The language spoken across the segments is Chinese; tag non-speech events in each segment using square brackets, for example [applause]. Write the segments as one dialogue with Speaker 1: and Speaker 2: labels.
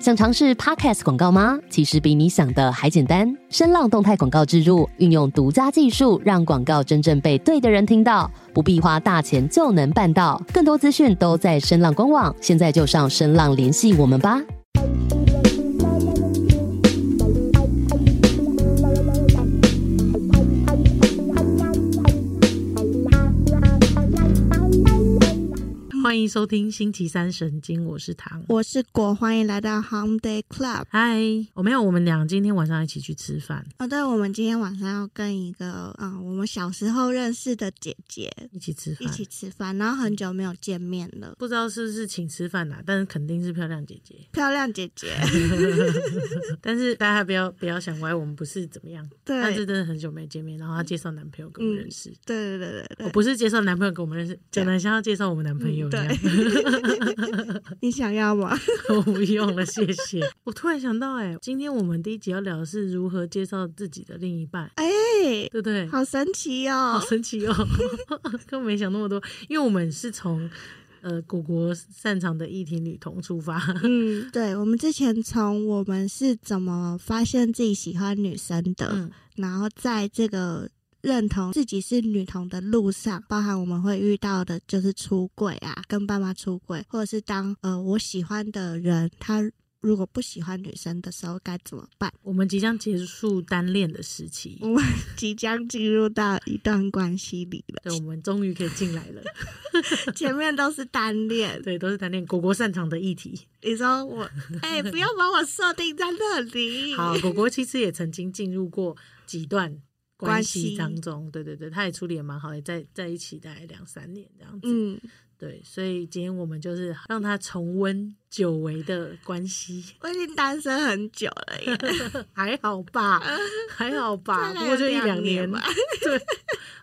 Speaker 1: 想尝试 Podcast 广告吗？其实比你想的还简单。声浪动态广告植入，运用独家技术，让广告真正被对的人听到，不必花大钱就能办到。更多资讯都在声浪官网，现在就上声浪联系我们吧。
Speaker 2: 欢迎收听星期三神经，我是唐。
Speaker 3: 我是果，欢迎来到 Home Day Club。
Speaker 2: 嗨，我没有，我们俩今天晚上一起去吃饭，
Speaker 3: 哦，对，我们今天晚上要跟一个嗯，我们小时候认识的姐姐
Speaker 2: 一起吃饭，
Speaker 3: 一起吃饭，然后很久没有见面了。
Speaker 2: 不知道是不是请吃饭啦、啊但是肯定是漂亮姐姐。 [laughs]
Speaker 3: 漂亮姐姐，
Speaker 2: 但是大家不要不要想歪，我们不是怎么样，
Speaker 3: 对
Speaker 2: 但是真的很久没见面。然后她介绍男朋友给我们认识，
Speaker 3: 对对对对
Speaker 2: 我
Speaker 3: 对，
Speaker 2: 不是介绍男朋友给我们认识，讲的像要介绍我们男朋友一样。
Speaker 3: 嗯
Speaker 2: [laughs]
Speaker 3: 你想要吗？
Speaker 2: 我不用了，谢谢。我突然想到、哎，今天我们第一集要聊的是如何介绍自己的另一半，
Speaker 3: 哎，
Speaker 2: 对不对？
Speaker 3: 好神奇
Speaker 2: 好
Speaker 3: [laughs] 哦！
Speaker 2: 神奇哦， [laughs] 根本没想那么多，因为我们是从呃果果擅长的议题女童出发，
Speaker 3: 嗯，对，我们之前从我们是怎么发现自己喜欢女生的，
Speaker 2: 嗯
Speaker 3: 然后在这个认同自己是女童的路上，包含我们会遇到的就是出轨啊，跟爸妈出轨，或者是当呃我喜欢的人他如果不喜欢女生的时候该怎么办？
Speaker 2: [laughs]
Speaker 3: [laughs]
Speaker 2: 我们即将结束单恋的时期，
Speaker 3: 我们即将进入到一段关系里
Speaker 2: 对，
Speaker 3: 了，
Speaker 2: 我
Speaker 3: [laughs]
Speaker 2: 们终于可以进来了， [laughs]
Speaker 3: 前面都是单恋。
Speaker 2: 对，都是单恋，果果擅长的议题。
Speaker 3: 你说我，哎、不要把我设定在那里。
Speaker 2: 好，果果其实也曾经进入过几段。关
Speaker 3: 关
Speaker 2: 系
Speaker 3: 系
Speaker 2: 当中，对对对，他也处理也蛮好，也在在一起大概两三年这样子，
Speaker 3: 嗯，
Speaker 2: 对，所以今天我们就是让他重温久违的关系。
Speaker 3: 我已经单身很久了耶。 [laughs]
Speaker 2: [laughs] 还好吧，还好吧，
Speaker 3: 大概
Speaker 2: 不过就一
Speaker 3: 有
Speaker 2: 两
Speaker 3: 两年
Speaker 2: 吧
Speaker 3: 吧。
Speaker 2: [laughs] 对，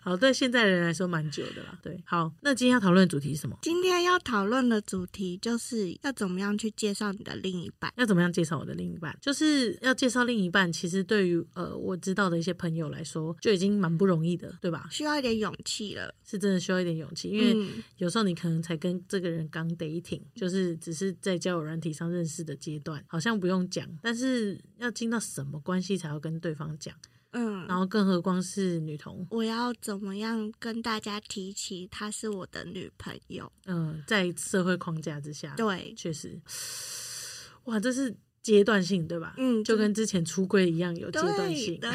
Speaker 2: 好，对现在的人来说蛮久的啦。对，好，那今天要讨论的主题是什么？
Speaker 3: 今天要讨论的主题就是要怎么样去介绍你的另一半。
Speaker 2: 要怎么样介绍我的另一半？就是要介绍另一半，其实对于呃我知道的一些朋友来说，就已经蛮不容易的，对吧？
Speaker 3: 需要一点勇气了。
Speaker 2: 是真的需要一点勇气，因为
Speaker 3: 嗯，
Speaker 2: 有时候你可能才跟这个人刚 dating，就是只是在交友软体上认识的阶段，好像不用讲，但是要进到什么关系才要跟对方讲，然
Speaker 3: 嗯，
Speaker 2: 后更何况是女同，
Speaker 3: 我要怎么样跟大家提起她是我的女朋友？啊
Speaker 2: 嗯、在社会框架之下，
Speaker 3: 对，
Speaker 2: 确实，哇，这是阶段性对吧？
Speaker 3: 嗯
Speaker 2: 就跟之前出柜一样有阶段
Speaker 3: 对 [laughs]
Speaker 2: 性，
Speaker 3: 对，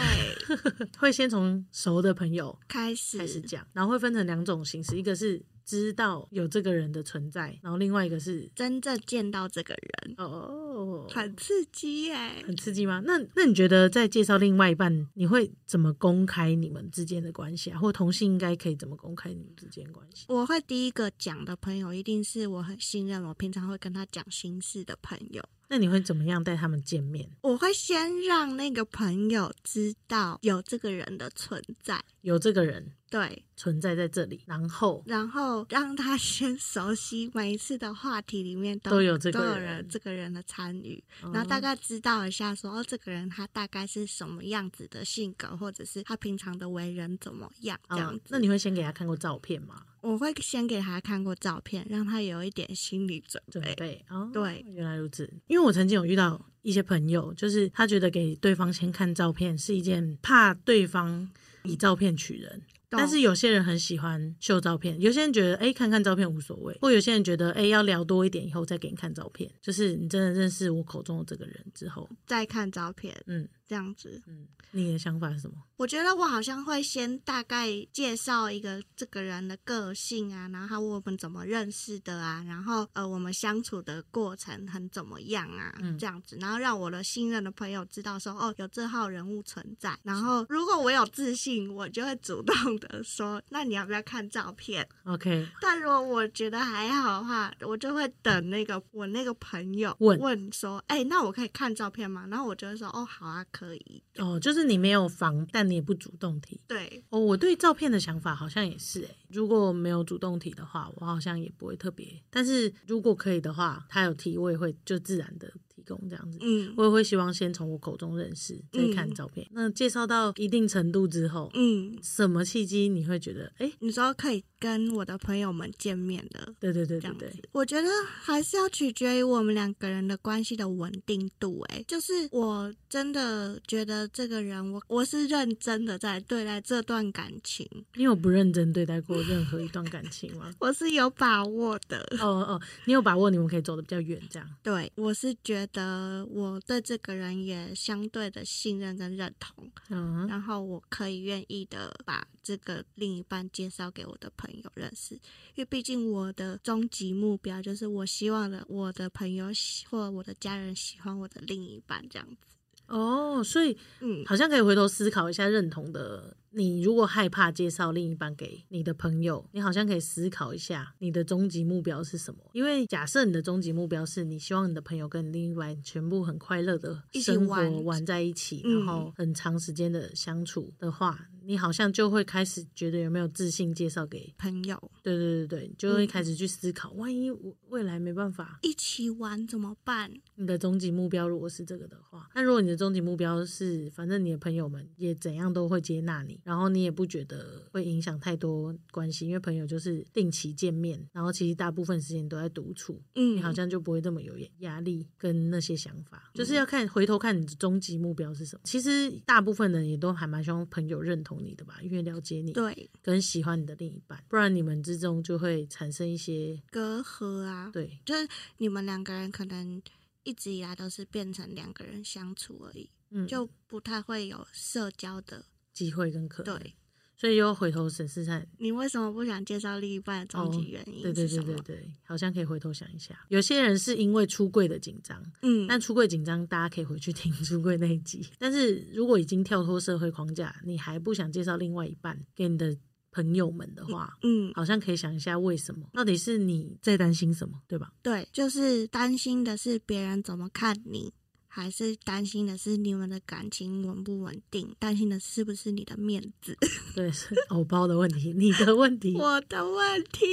Speaker 2: 会先从熟的朋友
Speaker 3: 开始
Speaker 2: 开始讲，然后会分成两种形式，一个是知道有这个人的存在，然后另外一个是
Speaker 3: 真正见到这个人，
Speaker 2: 哦，
Speaker 3: 很刺激耶、
Speaker 2: 很刺激吗？那那你觉得在介绍另外一半，你会怎么公开你们之间的关系啊？或同性应该可以怎么公开你们之间的关系？
Speaker 3: 我会第一个讲的朋友，一定是我很信任，我平常会跟他讲心事的朋友。
Speaker 2: 那你会怎么样带他们见面？
Speaker 3: 我会先让那个朋友知道有这个人的存在，
Speaker 2: 有这个人
Speaker 3: 对，
Speaker 2: 存在在这里，然后
Speaker 3: 然后让他先 [laughs] 熟悉每一次的话题里面都
Speaker 2: 都有这个
Speaker 3: 都有
Speaker 2: 人哦
Speaker 3: 人这个人的参与，然后大概知道一下说哦，这个人他大概是什么样子的性格，或者是他平常的为人怎么样这
Speaker 2: 哦
Speaker 3: 样子。
Speaker 2: 那你会先给他看过照片吗？
Speaker 3: 我会先给他看过照片，让他有一点心理准
Speaker 2: 准
Speaker 3: 备。
Speaker 2: 备哦，
Speaker 3: 对，
Speaker 2: 原来如此。因为我曾经有遇到一些朋友，就是他觉得给对方先看照片是一件怕对方以照片取人。
Speaker 3: 懂
Speaker 2: 但是有些人很喜欢秀照片，有些人觉得哎、看看照片无所谓，或有些人觉得哎、要聊多一点以后再给你看照片，就是你真的认识我口中的这个人之后，
Speaker 3: 再看照片
Speaker 2: 嗯
Speaker 3: 这样子，
Speaker 2: 嗯，你的想法是什么？
Speaker 3: 我觉得我好像会先大概介绍一个这个人的个性啊，然后还有我们怎么认识的啊，然后呃我们相处的过程很怎么样啊，
Speaker 2: 嗯
Speaker 3: 这样子，然后让我的信任的朋友知道说哦有这号人物存在，然后如果我有自信，我就会主动的说那你要不要看照片？
Speaker 2: OK，
Speaker 3: 但如果我觉得还好的话，我就会等那个我那个朋友
Speaker 2: 问
Speaker 3: 问说哎、那我可以看照片吗？然后我就会说哦好啊可以，
Speaker 2: 哦，就是你没有防，但你也不主动提，
Speaker 3: 对。
Speaker 2: 哦，我对照片的想法好像也是诶、如果没有主动提的话，我好像也不会特别。但是如果可以的话，他有提，我也会就自然的提供这样子。
Speaker 3: 嗯
Speaker 2: 我也会希望先从我口中认识，再看
Speaker 3: 嗯
Speaker 2: 照片。那介绍到一定程度之后，
Speaker 3: 嗯，
Speaker 2: 什么契机你会觉得，哎、
Speaker 3: 你说可以跟我的朋友们见面的。
Speaker 2: 对对对
Speaker 3: 这
Speaker 2: 对
Speaker 3: 样子
Speaker 2: 对，，
Speaker 3: 我觉得还是要取决于我们两个人的关系的稳定度、欸。就是我真的觉得这个人，我我是认真的在对待这段感情，？
Speaker 2: 你有不认真对待过任何一段感情吗
Speaker 3: [laughs] 我是有把握的。
Speaker 2: 哦哦，你有把握，你们可以走得比较远，这样。
Speaker 3: 对，我是觉得我对这个人也相对的信任跟认同，
Speaker 2: 嗯
Speaker 3: 然后我可以愿意的把这个另一半介绍给我的朋友认识，因为毕竟我的终极目标就是我希望的我的朋友喜或我的家人喜欢我的另一半这样子。
Speaker 2: 哦，所以
Speaker 3: 嗯，
Speaker 2: 好像可以回头思考一下认同的。你如果害怕介绍另一半给你的朋友，你好像可以思考一下你的终极目标是什么。因为假设你的终极目标是你希望你的朋友跟你另外全部很快乐的
Speaker 3: 一起
Speaker 2: 生活
Speaker 3: 玩
Speaker 2: 玩在一起，
Speaker 3: 嗯
Speaker 2: 然后很长时间的相处的话，你好像就会开始觉得有没有自信介绍给
Speaker 3: 朋友
Speaker 2: 对对对对，你就会开始去思考，万一我未来没办法，
Speaker 3: 一起玩怎么办？
Speaker 2: 你的终极目标如果是这个的话，那如果你的终极目标是，反正你的朋友们也怎样都会接纳你，然后你也不觉得会影响太多关系，因为朋友就是定期见面，然后其实大部分时间都在独处，
Speaker 3: 嗯，
Speaker 2: 你好像就不会这么有压力跟那些想法，就是要看回头看你的终极目标是什么。其实大部分人也都还蛮希望朋友认同你的吧，因为了解你，
Speaker 3: 对
Speaker 2: 跟喜欢你的另一半，不然你们之中就会产生一些
Speaker 3: 隔阂啊，
Speaker 2: 对
Speaker 3: 就是你们两个人可能一直以来都是变成两个人相处而已，
Speaker 2: 嗯
Speaker 3: 就不太会有社交的。
Speaker 2: 机会跟可能，
Speaker 3: 对，
Speaker 2: 所以又回头审视看。
Speaker 3: 你为什么不想介绍另一半的终
Speaker 2: 哦
Speaker 3: 极原因
Speaker 2: 对对
Speaker 3: 是
Speaker 2: 对
Speaker 3: 什么？
Speaker 2: 对对，好像可以回头想一下。有些人是因为出柜的紧张，
Speaker 3: 嗯，
Speaker 2: 但出柜紧张大家可以回去听 [laughs] 出柜那一集。但是如果已经跳脱社会框架，你还不想介绍另外一半给你的朋友们的话，
Speaker 3: 嗯，
Speaker 2: 好像可以想一下为什么，到底是你在担心什么，对吧？
Speaker 3: 对，就是担心的是别人怎么看你，还是担心的是你们的感情稳不稳定，担心的是不是你的面子，
Speaker 2: 对，是偶包的问题，你的问题，
Speaker 3: [laughs] 我的问题。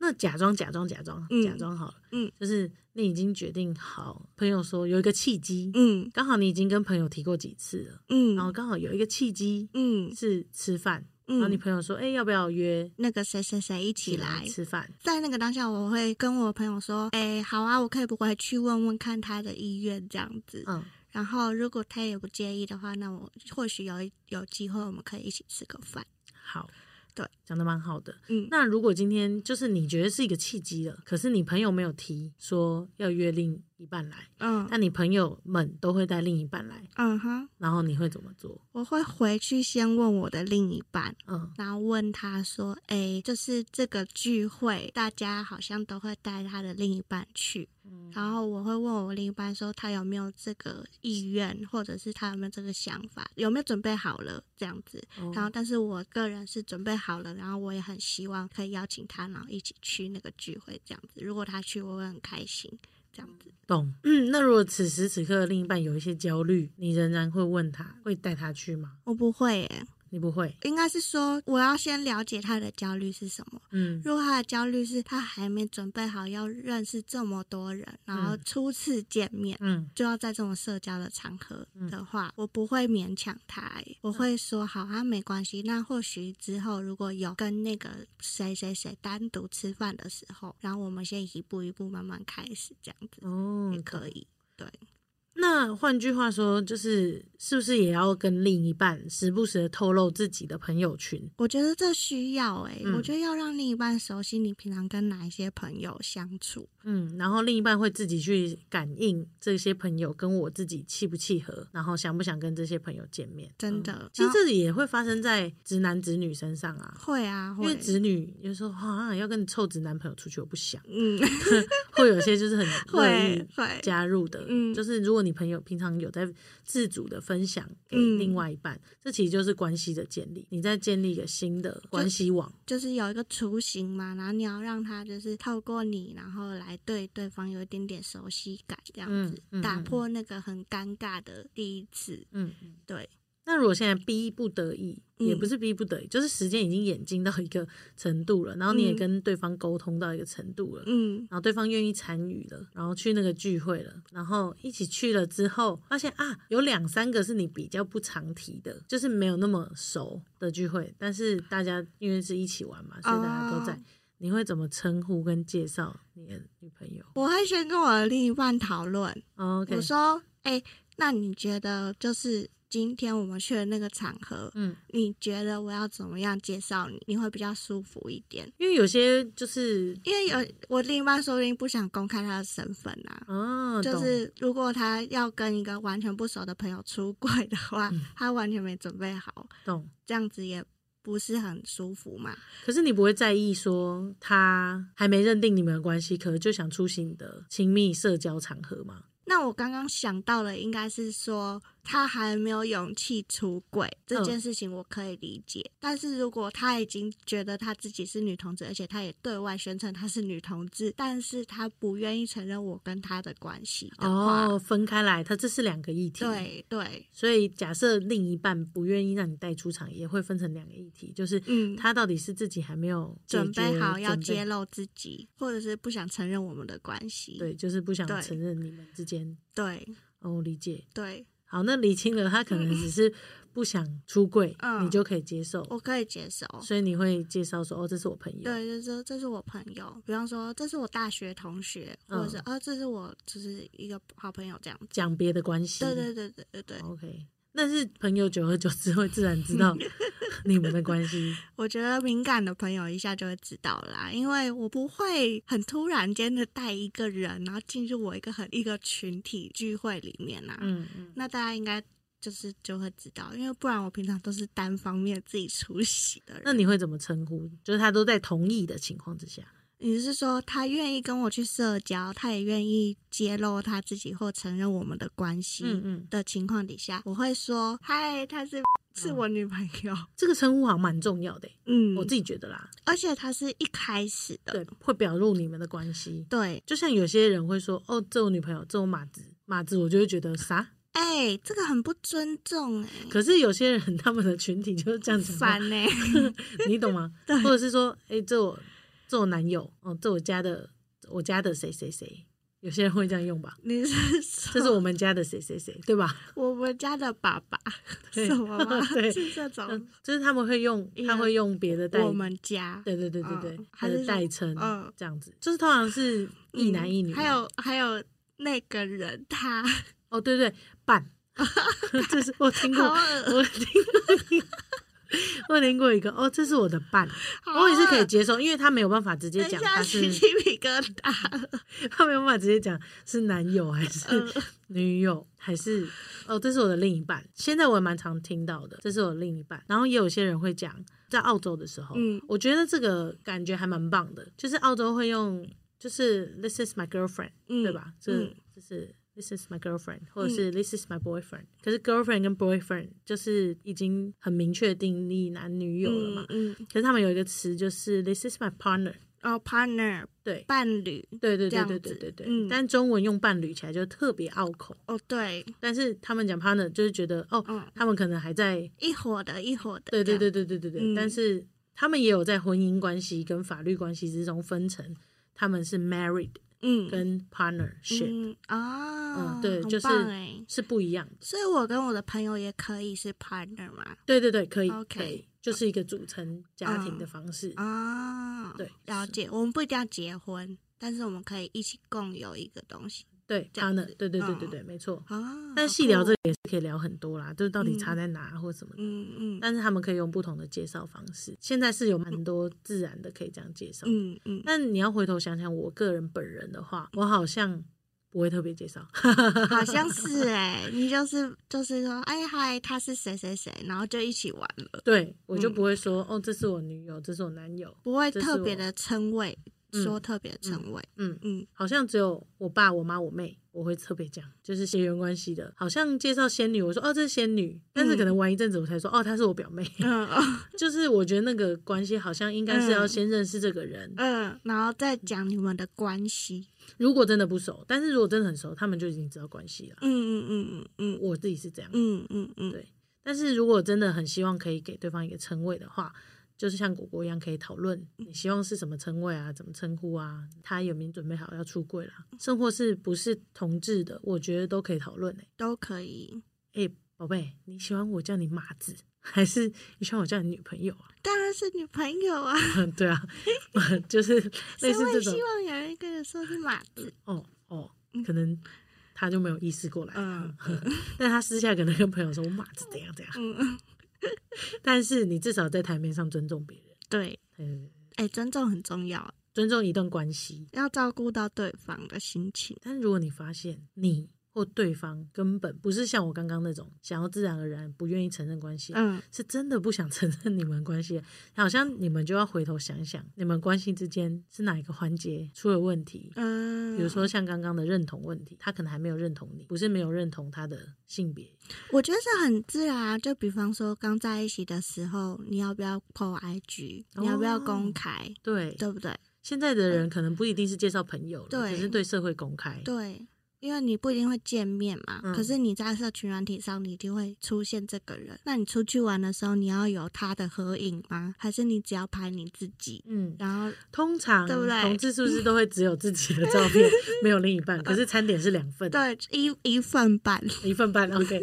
Speaker 2: 那假装假装假装
Speaker 3: 嗯
Speaker 2: 假装好了，
Speaker 3: 嗯，
Speaker 2: 就是你已经决定好，朋友说有一个契机，
Speaker 3: 嗯
Speaker 2: 刚好你已经跟朋友提过几次了，
Speaker 3: 嗯，
Speaker 2: 然后刚好有一个契机
Speaker 3: 嗯
Speaker 2: 是吃饭，然后你
Speaker 3: 嗯，
Speaker 2: 朋友说，哎，要不要约
Speaker 3: 那个谁谁谁一起
Speaker 2: 起
Speaker 3: 来
Speaker 2: 来。吃饭？
Speaker 3: 在那个当下，我会跟我朋友说：“哎、好啊，我可以不回去问问看他的意愿这样子。
Speaker 2: 嗯，
Speaker 3: 然后如果他也不介意的话，那我或许有一有机会，我们可以一起吃个饭。
Speaker 2: 好，
Speaker 3: 对，
Speaker 2: 讲的蛮好的。
Speaker 3: 嗯，
Speaker 2: 那如果今天就是你觉得是一个契机了，可是你朋友没有提说要约另一半来，
Speaker 3: 嗯
Speaker 2: 那你朋友们都会带另一半来，
Speaker 3: 嗯哼，
Speaker 2: 然后你会怎么做？
Speaker 3: 我会回去先问我的另一半，
Speaker 2: 嗯，
Speaker 3: 然后问他说：“哎、就是这个聚会，大家好像都会带他的另一半去。
Speaker 2: 嗯
Speaker 3: 然后我会问我另一半说，他有没有这个意愿，或者是他有没有这个想法，有没有准备好了这样子。
Speaker 2: 哦
Speaker 3: 然后，但是我个人是准备好了，然后我也很希望可以邀请他，然后一起去那个聚会这样子。如果他去，我会很开心这样子。
Speaker 2: 懂。嗯，那如果此时此刻另一半有一些焦虑，你仍然会问他，会带他去吗？
Speaker 3: 我不会耶、
Speaker 2: 你不会。
Speaker 3: 应该是说我要先了解他的焦虑是什么。
Speaker 2: 嗯，
Speaker 3: 如果他的焦虑是他还没准备好要认识这么多人，然后
Speaker 2: 嗯
Speaker 3: 初次见面，
Speaker 2: 嗯，
Speaker 3: 就要在这种社交的场合的话，我不会勉强他、欸，我会说好啊，没关系。那或许之后如果有跟那个谁谁谁单独吃饭的时候，然后我们先一步一步慢慢开始，这样子
Speaker 2: 哦
Speaker 3: 也，可
Speaker 2: 以。
Speaker 3: 以。
Speaker 2: 那换句话说，就是是不是也要跟另一半时不时的透露自己的朋友群？
Speaker 3: 我觉得这需要哎、欸
Speaker 2: 嗯
Speaker 3: 我觉得要让另一半熟悉你平常跟哪一些朋友相处。
Speaker 2: 嗯，然后另一半会自己去感应这些朋友跟我自己契不契合，然后想不想跟这些朋友见面。
Speaker 3: 真的
Speaker 2: 嗯其实这也会发生在直男直女身上啊。
Speaker 3: 会啊，
Speaker 2: 因为
Speaker 3: 会，
Speaker 2: 直女有时候啊，要跟你臭直男朋友出去，我不想。 [laughs]
Speaker 3: 嗯，
Speaker 2: 会有些就是很乐
Speaker 3: 会
Speaker 2: 意
Speaker 3: 会，
Speaker 2: 加入的，
Speaker 3: 嗯
Speaker 2: 就是如果你朋友平常有在自主的分享给
Speaker 3: 嗯
Speaker 2: 另外一半，这其实就是关系的建立，你在建立一个新的关系网。
Speaker 3: 就是有一个雏形嘛，然后你要让他就是透过你，然后来对对方有一点点熟悉感，这样
Speaker 2: 嗯
Speaker 3: 子、
Speaker 2: 嗯
Speaker 3: 打
Speaker 2: 嗯
Speaker 3: 破那个很尴尬的第一次。
Speaker 2: 嗯，嗯
Speaker 3: 对，
Speaker 2: 那如果现在逼不得已，
Speaker 3: 嗯
Speaker 2: 也不是逼不得已，就是时间已经演进到一个程度了，然后你也
Speaker 3: 嗯
Speaker 2: 跟对方沟通到一个程度了，
Speaker 3: 嗯，
Speaker 2: 然后对方愿意参与了，然后去那个聚会了，然后一起去了之后，发现啊，有两三个是你比较不常提的，就是没有那么熟的聚会，但是大家因为是一起玩嘛，所以大家都在。
Speaker 3: 哦
Speaker 2: 你会怎么称呼跟介绍你的女朋友
Speaker 3: 我会先跟我的另一半讨论，
Speaker 2: 哦？OK，
Speaker 3: 我说，哎、那你觉得就是今天我们去的那个场合，
Speaker 2: 嗯，
Speaker 3: 你觉得我要怎么样介绍你，你会比较舒服一点？
Speaker 2: 因为有些就是
Speaker 3: 因为有我另一半说不定不想公开他的身份啊。
Speaker 2: 啊，
Speaker 3: 就
Speaker 2: 懂
Speaker 3: 是如果他要跟一个完全不熟的朋友出轨的话，
Speaker 2: 嗯
Speaker 3: 他完全没准备好，
Speaker 2: 懂。
Speaker 3: 这样子也不是很舒服嘛。
Speaker 2: 可是你不会在意说他还没认定你们的关系，可能就想出席你的亲密社交场合吗？
Speaker 3: 那我刚刚想到了，应该是说他还没有勇气出轨这
Speaker 2: 嗯
Speaker 3: 件事情，我可以理解。但是如果他已经觉得他自己是女同志，而且他也对外宣称他是女同志，但是他不愿意承认我跟他的关系的话，
Speaker 2: 哦，分开来，它这是两个议题。，
Speaker 3: 对对，
Speaker 2: 所以假设另一半不愿意让你带出场，也会分成两个议题，就是
Speaker 3: 嗯，
Speaker 2: 他到底是自己还没有解
Speaker 3: 准备
Speaker 2: 决
Speaker 3: 好要
Speaker 2: 准备
Speaker 3: 揭露自己，或者是不想承认我们的关系，
Speaker 2: 对，就是不想
Speaker 3: 对
Speaker 2: 承认你们之间。
Speaker 3: 对
Speaker 2: 哦，理解。
Speaker 3: 对，
Speaker 2: 好，那理清了，他可能只是不想出柜，
Speaker 3: 嗯
Speaker 2: 你就可以接受。
Speaker 3: 我可以接受。
Speaker 2: 所以你会介绍说，哦，这是我朋友。
Speaker 3: 对，就是说这是我朋友，比方说这是我大学同学，或者是、
Speaker 2: 嗯
Speaker 3: 呃这是我就是一个好朋友这样子。
Speaker 2: 讲别的关系。
Speaker 3: 对对对对对对，
Speaker 2: OK，但是朋友久而久之会自然知
Speaker 3: [laughs]
Speaker 2: 道你们的关系。
Speaker 3: 我觉得敏感的朋友一下就会知道啦，因为我不会很突然间的带一个人，然后进入我一个很一个群体聚会里面啊。
Speaker 2: 嗯嗯，
Speaker 3: 那大家应该就是就会知道，因为不然我平常都是单方面自己出席的人。
Speaker 2: 那你会怎么称呼？就是他都在同意的情况之下。
Speaker 3: 你是说他愿意跟我去社交，他也愿意揭露他自己或承认我们的关系？
Speaker 2: 嗯嗯，
Speaker 3: 的情况底下，我会说：“嗨，她是是我女朋友。
Speaker 2: 这个称呼好像蛮重要的欸、
Speaker 3: 嗯，
Speaker 2: 我自己觉得啦，
Speaker 3: 而且她是一开始的，
Speaker 2: 对，会表露你们的关系。
Speaker 3: 对，
Speaker 2: 就像有些人会说，哦，这我女朋友，这我马子，马子，我就会觉得啥？
Speaker 3: 哎、这个很不尊重哎、
Speaker 2: 可是有些人他们的群体就是这样子，
Speaker 3: 烦哎、
Speaker 2: 你懂吗？
Speaker 3: 对
Speaker 2: 或者是说，哎、这我这我男友，哦，这我家的我家的谁谁谁，有些人会这样用吧？
Speaker 3: [laughs] 你是说
Speaker 2: 这是我们家的谁谁谁，对吧？
Speaker 3: 我们家的爸爸
Speaker 2: [laughs] 对？
Speaker 3: 什么吗
Speaker 2: [laughs] 对
Speaker 3: 是这种
Speaker 2: 嗯，就是他们会用，
Speaker 3: 一个
Speaker 2: 他会用别的代，
Speaker 3: 我们家，
Speaker 2: 对对对对对
Speaker 3: 嗯，
Speaker 2: 他
Speaker 3: 还
Speaker 2: 的
Speaker 3: 是说
Speaker 2: 代称
Speaker 3: 嗯，
Speaker 2: 这样子，就是通常是一男一女啊嘛，
Speaker 3: 还有还有那个人他，
Speaker 2: [laughs] 哦，对对，
Speaker 3: [laughs]
Speaker 2: 伴， [laughs] 这是我听过，
Speaker 3: 好
Speaker 2: [laughs] 我听过， [laughs] 我听过一个，哦，这是我的伴，
Speaker 3: 恶
Speaker 2: 我也是可以。接受，因为他没有办法直接
Speaker 3: [laughs] 等一
Speaker 2: 讲
Speaker 3: 下，
Speaker 2: 他
Speaker 3: 起
Speaker 2: 是，
Speaker 3: 鸡皮疙瘩了。
Speaker 2: 他没有办法直接讲是男友还是
Speaker 3: 嗯
Speaker 2: 女友还是，哦，这是我的另一半。现在我也蛮常听到的，这是我的另一半。然后也有些人会讲，在澳洲的时候，
Speaker 3: 嗯
Speaker 2: 我觉得这个感觉还蛮棒的，就是澳洲会用，就是 This is my girlfriend。
Speaker 3: 嗯
Speaker 2: 对吧？这、
Speaker 3: 嗯
Speaker 2: 就是 This is my girlfriend，或者是 This is my boyfriend、可是 girlfriend 跟 boyfriend 就是已经很明确定义男女友了嘛。
Speaker 3: 嗯，嗯
Speaker 2: 可是他们有一个词就是 This is my partner，
Speaker 3: 哦，partner
Speaker 2: 对。
Speaker 3: 伴侣，
Speaker 2: 对对
Speaker 3: 这
Speaker 2: 对
Speaker 3: 样
Speaker 2: 对
Speaker 3: 子
Speaker 2: 对对对，
Speaker 3: 嗯
Speaker 2: 但中文用伴侣起来就特别拗口，
Speaker 3: 哦，对，
Speaker 2: 但是他们讲 partner 就是觉得哦，
Speaker 3: 嗯，
Speaker 2: 他们可能还在，
Speaker 3: 一伙的，一伙的，
Speaker 2: 对对
Speaker 3: 这
Speaker 2: 对
Speaker 3: 样，
Speaker 2: 对对对对，
Speaker 3: 嗯
Speaker 2: 但是他们也有在婚姻关系跟法律关系之中分成，他们是 married
Speaker 3: 嗯，
Speaker 2: 跟 partnership、
Speaker 3: 嗯啊，
Speaker 2: 嗯对
Speaker 3: 很
Speaker 2: 就是
Speaker 3: 棒欸
Speaker 2: 是不一样的。
Speaker 3: 所以我跟我的朋友也可以是 partner 嘛，
Speaker 2: 对对对，可以
Speaker 3: OK 嗯
Speaker 2: 可以，就是一个组成家庭的方式。
Speaker 3: 啊，
Speaker 2: 嗯对
Speaker 3: 了解，我们不一定要结婚，但是我们可以一起共有一个东西
Speaker 2: 对
Speaker 3: 这样子
Speaker 2: partner，对对对
Speaker 3: 嗯
Speaker 2: 对对，没错。
Speaker 3: 啊。
Speaker 2: 但
Speaker 3: 好
Speaker 2: 细聊
Speaker 3: 酷
Speaker 2: 这
Speaker 3: 哦，
Speaker 2: 个也是可以聊很多啦，就是到底差在哪啊或什么的。
Speaker 3: 嗯嗯
Speaker 2: 但是他们可以用不同的介绍方式，现在是有蛮多自然的可以这样介绍。
Speaker 3: 嗯嗯，
Speaker 2: 但你要回头想想，我个人本人的话，我好像不会特别介绍。 [laughs]
Speaker 3: 好像是哎，你就是就是说，哎嗨，他是谁谁谁，然后就一起玩了，
Speaker 2: 对我就不会说、哦，这是我女友，这是我男友。
Speaker 3: 不会
Speaker 2: 这是
Speaker 3: 特别
Speaker 2: 我
Speaker 3: 的称谓，
Speaker 2: 嗯
Speaker 3: 说特别的称谓，
Speaker 2: 嗯， [laughs]
Speaker 3: 嗯
Speaker 2: 好像只有我爸、我妈、我妹，我会特别讲，就是血缘关系的。好像介绍仙女，我说哦，这是仙女，但是可能玩一阵子我才说哦，她是我表妹。 [laughs]
Speaker 3: 嗯哦
Speaker 2: 就是我觉得那个关系好像应该是要先认识这个人，
Speaker 3: 嗯，然后再讲你们的关系，
Speaker 2: 如果真的不熟，但是如果真的很熟，他们就已经知道关系了。
Speaker 3: 嗯嗯嗯嗯嗯
Speaker 2: 我自己是这样，
Speaker 3: 嗯嗯嗯，
Speaker 2: 对。但是如果真的很希望可以给对方一个称谓的话，就是像果果一样可以讨论
Speaker 3: 嗯
Speaker 2: 你希望是什么称谓啊，怎么称呼啊，他有没有准备好要出柜啦，甚或是不是同志的，我觉得都可以讨论诶、
Speaker 3: 都可以。
Speaker 2: 诶、宝贝，你喜欢我叫你马子，还是你喜欢我叫你女朋友啊？ [laughs]
Speaker 3: 当然是女朋友啊，
Speaker 2: 对啊，就是 [laughs] 类
Speaker 3: 谁
Speaker 2: 似这
Speaker 3: 会
Speaker 2: 种
Speaker 3: 希望有人跟你说是马子？
Speaker 2: 哦哦，可能他就没有意识过来，
Speaker 3: 嗯
Speaker 2: [laughs] 但他私下可能跟朋友说我马子怎样怎样，
Speaker 3: 嗯，
Speaker 2: 但是你至少在台面上尊重别人，
Speaker 3: 对，
Speaker 2: 嗯，
Speaker 3: 哎、尊重很重要，
Speaker 2: 尊重一段关系。
Speaker 3: 要照顾到对方的心情。
Speaker 2: 但如果你发现你或对方根本不是像我刚刚那种想要自然而然不愿意承认关系，
Speaker 3: 嗯，
Speaker 2: 是真的不想 [laughs] 承认你们关系，好像你们就要回头想想，你们关系之间是哪一个环节出了问题，
Speaker 3: 嗯，
Speaker 2: 比如说，像刚刚的认同问题，他可能还没有认同你，不是没有认同他的性别，
Speaker 3: 我觉得是很自然啊。就比方说，刚在一起的时候，你要不要 PO IG？、你要不要
Speaker 2: 哦
Speaker 3: 公开？
Speaker 2: 对，
Speaker 3: 对不对？
Speaker 2: 现在的人可能不一定是介绍朋友了，
Speaker 3: 对
Speaker 2: 只是对社会公开，
Speaker 3: 对，因为你不一定会见面嘛，
Speaker 2: 嗯
Speaker 3: 可是你在社群软体上，你一定会出现这个人。那你出去玩的时候，你要有他的合影吗？还是你只要拍你自己？
Speaker 2: 嗯，
Speaker 3: 然后
Speaker 2: 通常
Speaker 3: 对不对
Speaker 2: 同志是不是都会只有自己的照
Speaker 3: [laughs]
Speaker 2: 片，没有另一半？可是餐点是两份，
Speaker 3: 呃对一一份版，
Speaker 2: 一份
Speaker 3: [laughs]
Speaker 2: 半，OK，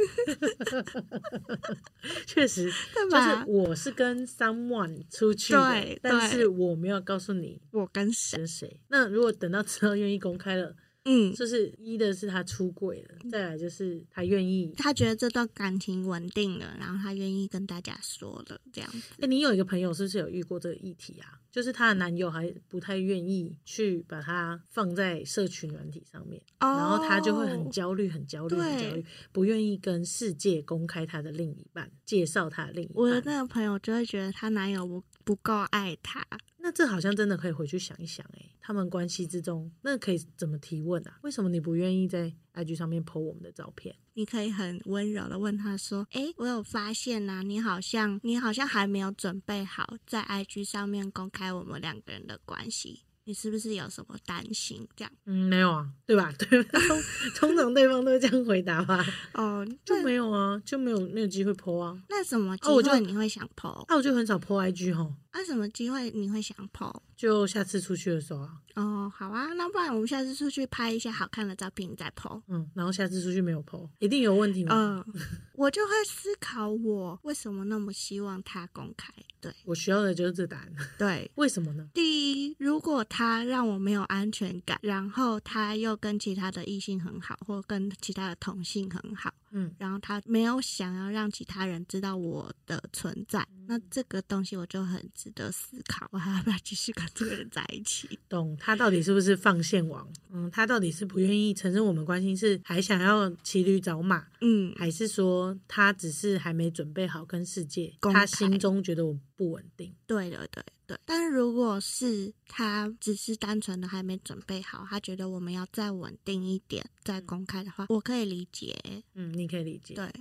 Speaker 2: 确实，
Speaker 3: 对
Speaker 2: 就是
Speaker 3: 吧？
Speaker 2: 我是跟 someone 出去的
Speaker 3: 对，
Speaker 2: 但是
Speaker 3: 对
Speaker 2: 我没有告诉你
Speaker 3: 我跟谁？
Speaker 2: 跟谁。那如果等到之后愿意公开了，
Speaker 3: 嗯，
Speaker 2: 就是一的是他出柜了，再来就是他愿意
Speaker 3: 他觉得这段感情稳定了，然后他愿意跟大家说了，这样子。
Speaker 2: 哎、你有一个朋友是不是有遇过这个议题啊？就是她的男友还不太愿意去把她放在社群软体上面，然后她就会很
Speaker 3: 哦
Speaker 2: 焦虑、很焦虑、
Speaker 3: 对
Speaker 2: 很焦虑，不愿意跟世界公开她的另一半，介绍她的另
Speaker 3: 我
Speaker 2: 一
Speaker 3: 的
Speaker 2: 半。
Speaker 3: 那个朋友就会觉得她男友不不够爱她，
Speaker 2: 那这好像真的可以回去想一想、哎，他们关系之中，那可以怎么提问啊？为什么你不愿意在 IG 上面 po 我们的照片？
Speaker 3: 你可以很温柔的问他说：“诶，我有发现呐、你好像你好像还没有准备好在 IG 上面公开我们两个人的关系，你是不是有什么担心？”这样
Speaker 2: 嗯，没有啊，对吧？ [laughs] 对，通通常对方都会这样回答吧？
Speaker 3: 哦，
Speaker 2: 就
Speaker 3: 那
Speaker 2: 没有啊，就没有没有机会 po 啊。
Speaker 3: 那什么机
Speaker 2: 哦我就
Speaker 3: 会你会想 PO？
Speaker 2: 那、我就很少 po IG 吼。
Speaker 3: 那、什么机会你会想 PO？
Speaker 2: 就下次出去的时候啊，
Speaker 3: 哦，好啊，那不然我们下次出去拍一些好看的照片，你再 PO。
Speaker 2: 嗯，然后下次出去没有 PO，一定有问题吗？
Speaker 3: 嗯，我就会思考我为什么那么希望他公开。对
Speaker 2: 我需要的就是这答案，
Speaker 3: 对，
Speaker 2: 为什么呢？
Speaker 3: 第一，如果他让我没有安全感，然后他又跟其他的异性很好，或跟其他的同性很好，
Speaker 2: 嗯，
Speaker 3: 然后他没有想要让其他人知道我的存在，
Speaker 2: 嗯
Speaker 3: 那这个东西我就很值得思考，我还要不要继续跟这个人在
Speaker 2: [laughs]
Speaker 3: 一起？
Speaker 2: 懂他到底是不是放线王？嗯，他到底是不愿意承认我们关系，是还想要骑驴找马，
Speaker 3: 嗯，
Speaker 2: 还是说他只是还没准备好跟世界？
Speaker 3: 公
Speaker 2: 他
Speaker 3: 开
Speaker 2: 心中觉得我不稳定，
Speaker 3: 对的，对对。但是如果是他只是单纯的还没准备好，他觉得我们要再稳定一点再公开的话，我可以理解。
Speaker 2: 嗯，你可嗯以理解。
Speaker 3: 对，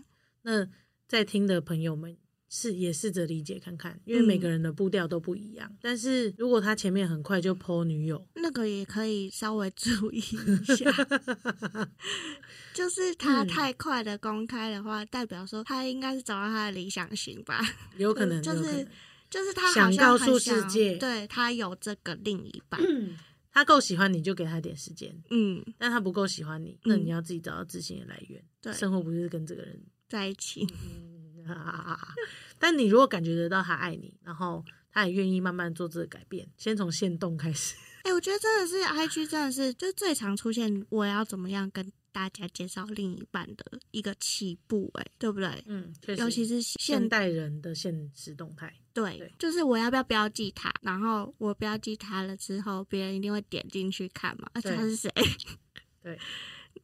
Speaker 2: 那在听的朋友们是也试着理解看看，因为每个人的步调都不一样。但是如果他前面很快就 PO 女友， [laughs]
Speaker 3: 那个也可以稍微 [laughs] 注意一下。就是他
Speaker 2: 嗯
Speaker 3: 太快的公开的话，代表说他应该是找到他的理想型吧？ [laughs]
Speaker 2: 有可能
Speaker 3: 就
Speaker 2: 有可
Speaker 3: 是
Speaker 2: 能
Speaker 3: 就是他
Speaker 2: 想
Speaker 3: 好像
Speaker 2: 告
Speaker 3: 很
Speaker 2: 诉
Speaker 3: 想
Speaker 2: 世界
Speaker 3: 对他有这个另一半。
Speaker 2: 他够喜欢你就给他点时间，
Speaker 3: 嗯，
Speaker 2: 但他不够喜欢你，那
Speaker 3: 嗯
Speaker 2: 你要自己找到自信的来源。
Speaker 3: 对
Speaker 2: 生活不是跟这个人。
Speaker 3: 在一起， [laughs]
Speaker 2: 嗯 [laughs] 但你如果感觉得到他爱你，然后他也愿意慢慢做这个改变，先从线动开始。
Speaker 3: 哎、我觉得真的是 IG 真的是就最常出现我要怎么样跟大家介绍另一半的一个起步、哎，对不对？
Speaker 2: 嗯，确实，
Speaker 3: 尤其是
Speaker 2: 现
Speaker 3: 现
Speaker 2: 代人的现实动态。对
Speaker 3: 对，就是我要不要标记他，然后我标记他了之后，别人一定会点进去看嘛，而且
Speaker 2: 对
Speaker 3: 他是谁？ [laughs]
Speaker 2: 对，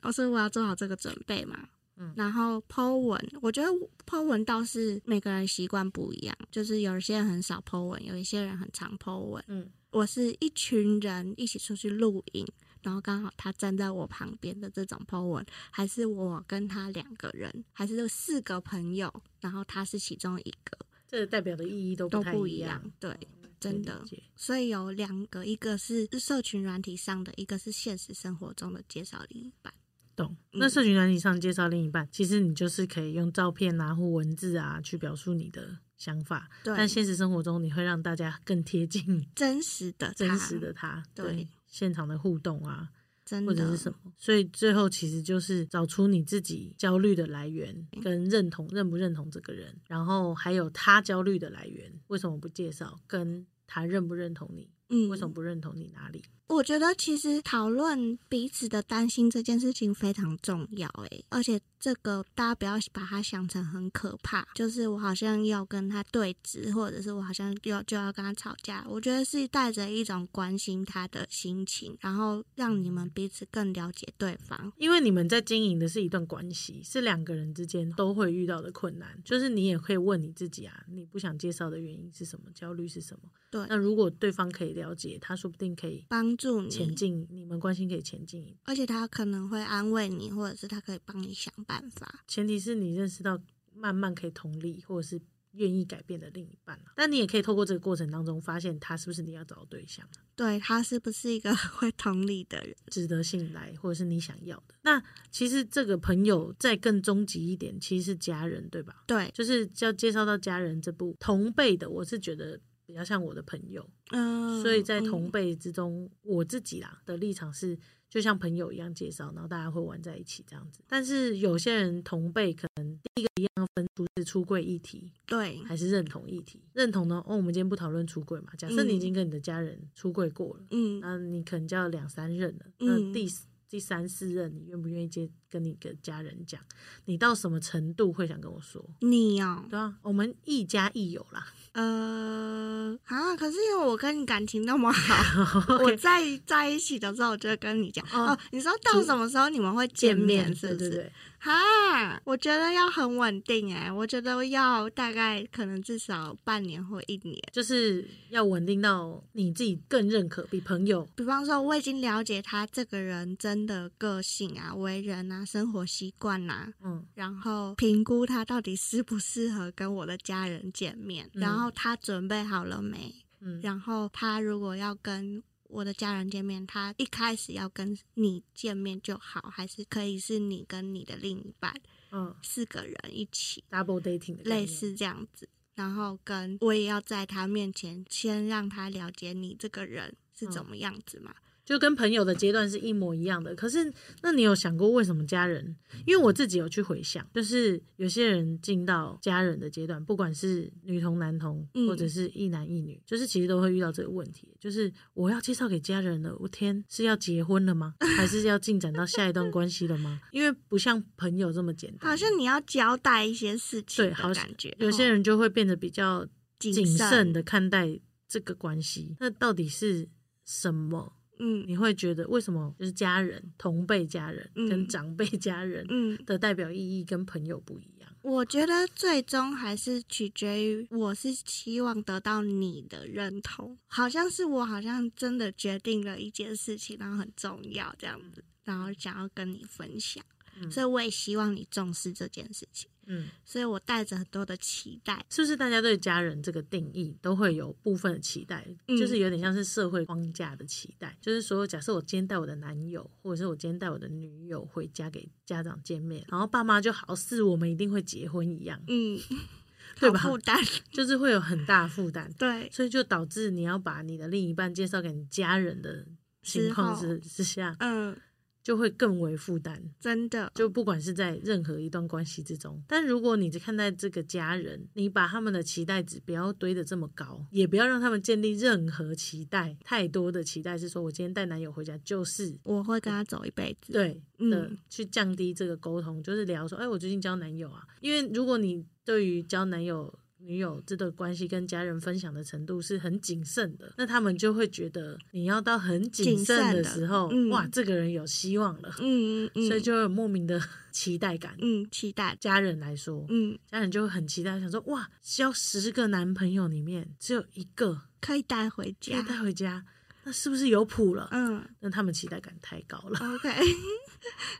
Speaker 3: 我说我要做好这个准备嘛。
Speaker 2: 嗯
Speaker 3: 然后 Po 文，我觉得 Po 文倒是每个人习惯不一样，就是有一些人很少 Po 文，有一些人很常 Po 文。
Speaker 2: 嗯，
Speaker 3: 我是一群人一起出去露营，然后刚好他站在我旁边的这种 Po 文，还是我跟他两个人，还是四个朋友，然后他是其中一个，
Speaker 2: 这个代表的意义都
Speaker 3: 都
Speaker 2: 太
Speaker 3: 不
Speaker 2: 一
Speaker 3: 一样。对，真的
Speaker 2: 可以理解
Speaker 3: 所以有两个，一个是社群软体上的，一个是现实生活中的介绍另一半。
Speaker 2: 懂。那社群软体上介绍另一半，其实你就是可以用照片啊或文字啊去表述你的想法，
Speaker 3: 对，
Speaker 2: 但现实生活中你会让大家更贴近
Speaker 3: 真实的
Speaker 2: 真
Speaker 3: 他
Speaker 2: 实的他，
Speaker 3: 对
Speaker 2: 对现场的互动啊，
Speaker 3: 真
Speaker 2: 或者
Speaker 3: 的
Speaker 2: 是什么。所以最后其实就是找出你自己焦虑的来源，跟认同认不认同这个人，然后还有他焦虑的来源，为什么不介绍？跟他认不认同你，
Speaker 3: 嗯，
Speaker 2: 为什么不认同你哪里？
Speaker 3: 我觉得其实讨论彼此的担心这件事情非常重要诶，而且这个大家不要把它想成很可怕，就是我好像要跟他对峙，或者是我好像要就要跟他吵架。我觉得是带着一种关心他的心情，然后让你
Speaker 2: 嗯
Speaker 3: 们彼此更了解对方。
Speaker 2: 因为你们在经营的是一段关系，是两个人之间都会遇到的困难，就是你也可以问你自己啊，你不想介绍的原因是什么，焦虑是什么？
Speaker 3: 对
Speaker 2: 那如果对方可以了解，他说不定可以
Speaker 3: 帮助
Speaker 2: 前
Speaker 3: 你，
Speaker 2: 进，你们关系可以前进一步。
Speaker 3: 而且他可能会安慰你，或者是他可以帮你想办法。
Speaker 2: 前提是你认识到慢慢可以同理，或者是愿意改变的另一半啊。但你也可以透过这个过程当中，发现他是不是你要找的对象，啊
Speaker 3: 对他是不是一个 [laughs] 会同理的人？
Speaker 2: 值得信赖，或者是你想要的。那其实这个朋友再更终极一点，其实是家人，对吧？
Speaker 3: 对，
Speaker 2: 就是要介绍到家人这部同辈的，我是觉得比较像我的朋友，
Speaker 3: 嗯，
Speaker 2: 所以在同
Speaker 3: 嗯
Speaker 2: 辈之中，我自己啦的立场是，就像朋友一样介绍，然后大家会玩在一起这样子。但是有些人同辈可能第一个一样分出是出柜议题
Speaker 3: 对
Speaker 2: 还是认同议题，认同呢，哦，我们今天不讨论出柜嘛，假设你已经跟你的家人出柜过了，
Speaker 3: 嗯，
Speaker 2: 那你可能叫两三任了，那
Speaker 3: 嗯
Speaker 2: 第四第三四任，你愿不愿意接跟你的家人讲？你到什么程度会想跟我说？
Speaker 3: 你哦，
Speaker 2: 对啊，我们亦家亦友
Speaker 3: [laughs]
Speaker 2: 啦。
Speaker 3: 呃，啊，可是因为我跟你感情那么好，
Speaker 2: [laughs]
Speaker 3: 我
Speaker 2: OK，
Speaker 3: 在在一起的时候，我就会跟你讲
Speaker 2: 哦
Speaker 3: 哦你说到什么时候你们会见面，是不
Speaker 2: 对对
Speaker 3: 是？
Speaker 2: 对，
Speaker 3: 哈，我觉得要很稳定哎、我觉得要大概可能至少半年或一年。
Speaker 2: 就是要稳定到你自己更认可，比朋友
Speaker 3: 比方说，我已经了解他这个人真的个性啊、为人啊、生活习惯啊，
Speaker 2: 嗯
Speaker 3: 然后评估他到底适不适合跟我的家人见面，
Speaker 2: 嗯
Speaker 3: 然后他准备好了没，
Speaker 2: 嗯
Speaker 3: 然后他如果要跟我的家人见面，他一开始要跟你见面就好，还是可以是你跟你的另一半
Speaker 2: 嗯
Speaker 3: 四个人一起，
Speaker 2: double dating 的概念
Speaker 3: 类。似这样子。然后跟我也要在他面前先让他了解你这个人是怎么样子嘛。
Speaker 2: 就跟朋友的阶段是一模一样的。可是，那你有想过为什么家人？因为我自己有去回想，就是有些人进到家人的阶段，不管是女童、男童，
Speaker 3: 嗯
Speaker 2: 或者是一男一女，就是其实都会遇到这个问题，就是我要介绍给家人了，我天，是要结婚了吗？还是要进展到下一段关系了吗？ [laughs] 因为不像朋友这么简单，
Speaker 3: 好像你要交代一些事情
Speaker 2: 对，
Speaker 3: 的
Speaker 2: 好
Speaker 3: 感觉，
Speaker 2: 有些人就会变得比较
Speaker 3: 谨
Speaker 2: 谨慎
Speaker 3: 慎
Speaker 2: 的，看待这个关系。那到底是什么？
Speaker 3: 嗯
Speaker 2: 你会觉得为什么就是家人、同辈家人
Speaker 3: 嗯
Speaker 2: 跟长辈家人
Speaker 3: 嗯，
Speaker 2: 的代表意义跟朋友不一样？
Speaker 3: 我觉得最终还是取决于，我是希望得到你的认同，好像是我好像真的决定了一件事情，然后很重要这样子，然后想要跟你分享，
Speaker 2: 嗯
Speaker 3: 所以我也希望你重视这件事情，
Speaker 2: 嗯，
Speaker 3: 所以我带着很多的期待，
Speaker 2: 是不是大家对家人这个定义都会有部分的期待？
Speaker 3: 嗯
Speaker 2: 就是有点像是社会框架的期待，就是说，假设我今天带我的男友，或者是我今天带我的女友回家给家长见面，然后爸妈就好似我们一定会结婚一样，
Speaker 3: 嗯，
Speaker 2: [laughs] 对
Speaker 3: 好
Speaker 2: 吧
Speaker 3: 负担，
Speaker 2: 就是会有很大的负担。
Speaker 3: 对，
Speaker 2: 所以就导致你要把你的另一半介绍给你家人的情况之之下，
Speaker 3: 嗯，
Speaker 2: 就会更为负担。
Speaker 3: 真的，
Speaker 2: 就不管是在任何一段关系之中，但如果你只看待这个家人，你把他们的期待值不要堆得这么高，也不要让他们建立任何期待，太多的期待是说我今天带男友回家就是。
Speaker 3: 我会跟他走一辈子，
Speaker 2: 对
Speaker 3: 嗯
Speaker 2: 的，去降低这个沟通，就是聊说，哎，我最近交男友啊，因为如果你对于交男友、女友这段关系跟家人分享的程度是很谨慎的，那他们就会觉得你要到很谨
Speaker 3: 谨
Speaker 2: 慎
Speaker 3: 慎
Speaker 2: 的
Speaker 3: 的
Speaker 2: 时候，
Speaker 3: 嗯
Speaker 2: 哇，这个人有希望了，
Speaker 3: 嗯嗯嗯，
Speaker 2: 所以就会有莫名的 [laughs] 期待感。
Speaker 3: 嗯期待，
Speaker 2: 家人来说，
Speaker 3: 嗯，
Speaker 2: 家人就会很期待，想说哇，交十个男朋友里面只有一个
Speaker 3: 可以带回
Speaker 2: 可以
Speaker 3: 家，
Speaker 2: 带回家，那是不是有谱了？
Speaker 3: 嗯
Speaker 2: 那他们期待感太高了， [laughs]
Speaker 3: ，OK，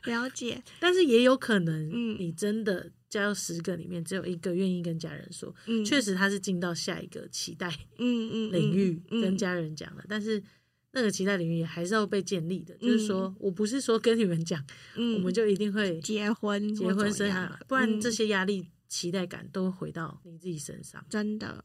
Speaker 3: 了解，
Speaker 2: 但是也有可能，
Speaker 3: 嗯
Speaker 2: 你真的交十个里面只有一个愿意跟家人说，
Speaker 3: 嗯，
Speaker 2: 确实他是进到下一个期待
Speaker 3: 嗯嗯嗯
Speaker 2: 领域
Speaker 3: 嗯
Speaker 2: 跟家人讲了，但是。那个期待领域也还是要被建立的。就是说我不是说跟你们讲，
Speaker 3: 嗯，
Speaker 2: 我们就一定会
Speaker 3: 结婚
Speaker 2: 结
Speaker 3: 或
Speaker 2: 婚
Speaker 3: 怎
Speaker 2: 生
Speaker 3: 么
Speaker 2: 孩
Speaker 3: 样
Speaker 2: 嘛
Speaker 3: 的，
Speaker 2: 不然
Speaker 3: 嗯
Speaker 2: 这些压力、期待感都会回到你自己身上。
Speaker 3: 真的，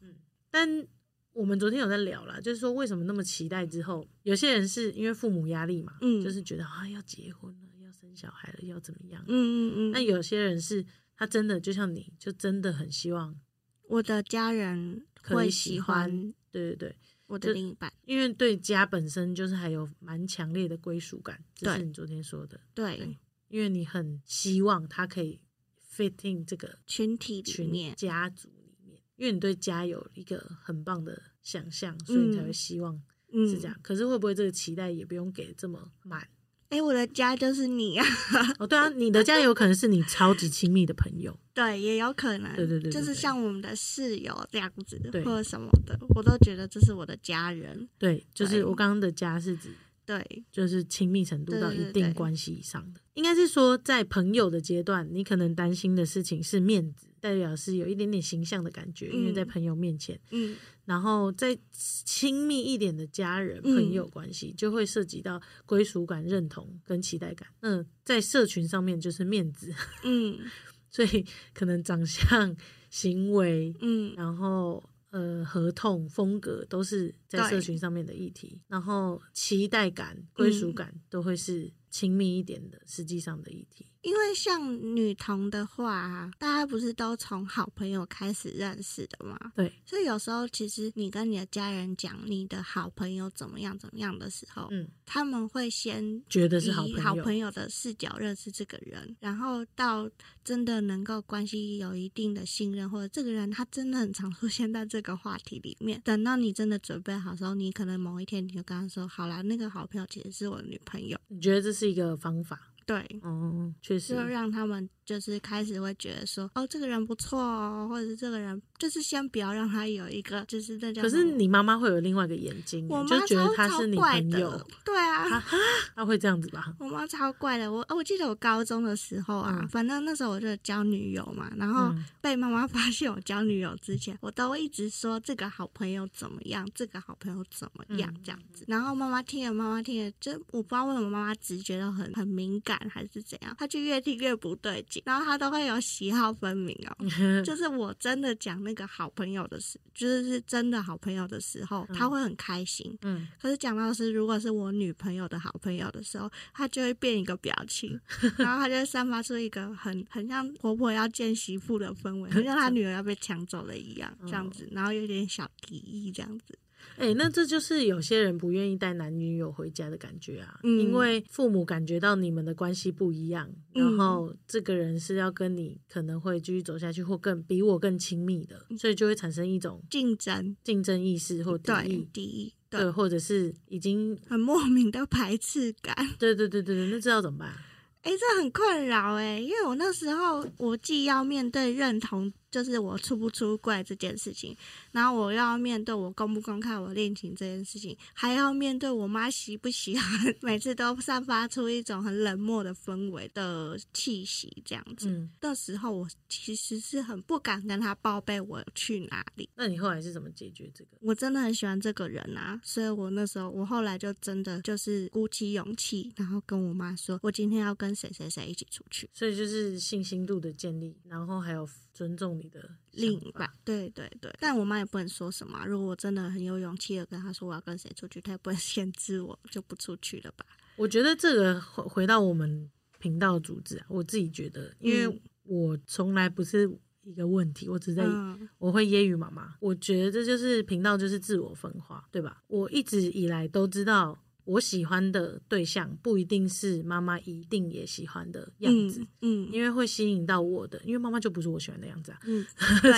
Speaker 2: 但我们昨天有在聊啦，就是说为什么那么期待之后，有些人是因为父母压力嘛，
Speaker 3: 嗯
Speaker 2: 就是觉得啊要结婚了，要生小孩了，要怎么样？
Speaker 3: 嗯嗯
Speaker 2: 那
Speaker 3: 嗯，
Speaker 2: 有些人是他真的就像你，就真的很希望，
Speaker 3: 我的家人
Speaker 2: 可以
Speaker 3: 会
Speaker 2: 喜
Speaker 3: 喜
Speaker 2: 欢
Speaker 3: 欢
Speaker 2: 对对对，
Speaker 3: 我
Speaker 2: 就
Speaker 3: 的另一半，
Speaker 2: 因为对家本身就是还有蛮强烈的归属感，这是
Speaker 3: 对
Speaker 2: 你昨天说的，
Speaker 3: 对
Speaker 2: 因为你很希望他可以 fit in 这个
Speaker 3: 群体里
Speaker 2: 群
Speaker 3: 面，
Speaker 2: 家族里面，因为你对家有一个很棒的想象，所以你才会
Speaker 3: 嗯
Speaker 2: 希望
Speaker 3: 嗯，
Speaker 2: 是这样。可是会不会这个期待也不用给这么 [laughs] 满？
Speaker 3: 哎、我的家就是你啊，
Speaker 2: 哦，对啊，你的家有可能是你超级亲密的朋友，
Speaker 3: 对，也有可能，
Speaker 2: 对对对对
Speaker 3: 就是
Speaker 2: 对
Speaker 3: 像我们的室友这样子，
Speaker 2: 对
Speaker 3: 或者什么的，我都觉得这是我的家人，
Speaker 2: 对，就是
Speaker 3: 对
Speaker 2: 我刚刚的家是指
Speaker 3: 对，
Speaker 2: 就是亲密程度
Speaker 3: 对
Speaker 2: 到
Speaker 3: 对
Speaker 2: 一
Speaker 3: 对
Speaker 2: 定关系以上的，应该是说在朋友的阶段，你可能担心的事情是面子，代表是有一点点形象的感觉，因为在
Speaker 3: 嗯
Speaker 2: 朋友面前，
Speaker 3: 嗯，
Speaker 2: 然后再亲密一点的家人、
Speaker 3: 嗯
Speaker 2: 朋友关系，就会涉及到归属感、认同跟期待感。嗯，在社群上面就是面子，
Speaker 3: 嗯
Speaker 2: 所以 [laughs] 可能长相、 [laughs] 行为，
Speaker 3: 嗯，
Speaker 2: 然后呃合同、风格都是在
Speaker 3: 对
Speaker 2: 社群上面的议题，然后期待感、归属
Speaker 3: 嗯
Speaker 2: 感都会是亲密一点的实际上的议题。
Speaker 3: 因为像女童的话、啊，大家不是都从好朋友开始认识的吗？
Speaker 2: 对，
Speaker 3: 所以有时候其实你跟你的家人讲你的好朋友怎么样怎么样的时候，
Speaker 2: 嗯，
Speaker 3: 他们会先
Speaker 2: 觉得是好
Speaker 3: 以
Speaker 2: 朋友，
Speaker 3: 好朋友的视角认识这个人，然后到真的能够关系有一定的信任，或者这个人他真的很常出现在这个话题里面。等到你真的准备好的时候，你可能某一天你就跟他说：“好啦，那个好朋友其实是我女朋友。
Speaker 2: 你觉得这是一个方法？”
Speaker 3: 对。
Speaker 2: 嗯，确实
Speaker 3: 就，让他们就是开始会觉得说，哦，这个人不错哦，或者是这个人，就是先不要让他有一个，就是那叫
Speaker 2: 可是
Speaker 3: 什么，
Speaker 2: 你妈妈会有另外一个眼睛，
Speaker 3: 我
Speaker 2: 你
Speaker 3: 妈
Speaker 2: 就觉得
Speaker 3: 超
Speaker 2: 她
Speaker 3: 超
Speaker 2: 是你
Speaker 3: 怪
Speaker 2: 朋
Speaker 3: 的
Speaker 2: 友，，
Speaker 3: 对啊，
Speaker 2: 她她会这样子吧？
Speaker 3: 我妈超怪的，我哦我记得我高中的时候啊，
Speaker 2: 嗯
Speaker 3: 反正那时候我就交女友嘛，然后
Speaker 2: 嗯
Speaker 3: 被妈妈发现我交女友之前，我都会一直说这个好朋友怎么样，这个好朋友怎么样、
Speaker 2: 嗯
Speaker 3: 这样子。然后妈妈听了，妈妈听了，就我不知道为什么妈妈直觉都很很敏感还是怎样，她就越听越不对劲，然后她都会有喜好分明哦。
Speaker 2: 嗯
Speaker 3: 就是我真的讲那个好朋友的事，就是是真的好朋友的时候，她会很开心，
Speaker 2: 嗯， [laughs]
Speaker 3: 可是讲到是，如果是我女朋友的好朋友的时候，她就会变一个表
Speaker 2: [laughs]
Speaker 3: 情，然后她就会散发出一个很很像婆婆要见媳妇的氛围，很
Speaker 2: [laughs]
Speaker 3: 像她女儿要被抢走了一样，这样
Speaker 2: 嗯
Speaker 3: 子，然后有点小敌意这样子。
Speaker 2: 哎、那这就是有些人不愿意带男女友回家的感觉啊，
Speaker 3: 嗯
Speaker 2: 因为父母感觉到你们的关系不一样，
Speaker 3: 嗯
Speaker 2: 然后这个人是要跟你可能会继续走下去，或更比我更亲密的，
Speaker 3: 嗯
Speaker 2: 所以就会产生一种
Speaker 3: 竞争，
Speaker 2: 竞争意识或敌
Speaker 3: 对
Speaker 2: 意，，
Speaker 3: 敌意，
Speaker 2: 对，
Speaker 3: 对，
Speaker 2: 或者是已经，
Speaker 3: 很莫名的排斥感。
Speaker 2: 对对对对对，那这要怎么办？
Speaker 3: 哎、这很困扰哎、因为我那时候我既要面对认同，就是我出不出柜这件事情，然后我又要面对我公不公开我恋情这件事情，还要面对我妈喜不喜欢， [laughs] 每次都散发出一种很冷漠的氛围的气息，这样子。
Speaker 2: 嗯，
Speaker 3: 那时候我其实是很不敢跟她报备我去哪里，
Speaker 2: 那你后来是怎么解决这个？
Speaker 3: 我真的很喜欢这个人啊，所以我那时候我后来就真的就是鼓起勇气，然后跟我妈说，我今天要跟谁谁谁一起出去。
Speaker 2: 所以就是信心度的建立，然后还有尊重你的
Speaker 3: 另
Speaker 2: 想
Speaker 3: 一
Speaker 2: 法
Speaker 3: 半，对对对，但我妈也不能说什么啊、如果我真的很有勇气的跟她说我要跟谁出去，她也不会 [laughs] 限制我就不出去了吧？
Speaker 2: 我觉得这个回回到我们频道主旨啊，我自己觉得，因为
Speaker 3: 嗯
Speaker 2: 我从来不是一个问题，我只在、
Speaker 3: 嗯
Speaker 2: 我会揶揄妈妈。我觉得这就是频道就是自我分化，对吧？我一直以来都知道，我喜欢的对象不一定是妈妈一定也喜欢的样子。
Speaker 3: 嗯嗯
Speaker 2: 因为会吸引到我的，因为妈妈就不是我喜欢的样子啊， [laughs]
Speaker 3: 嗯，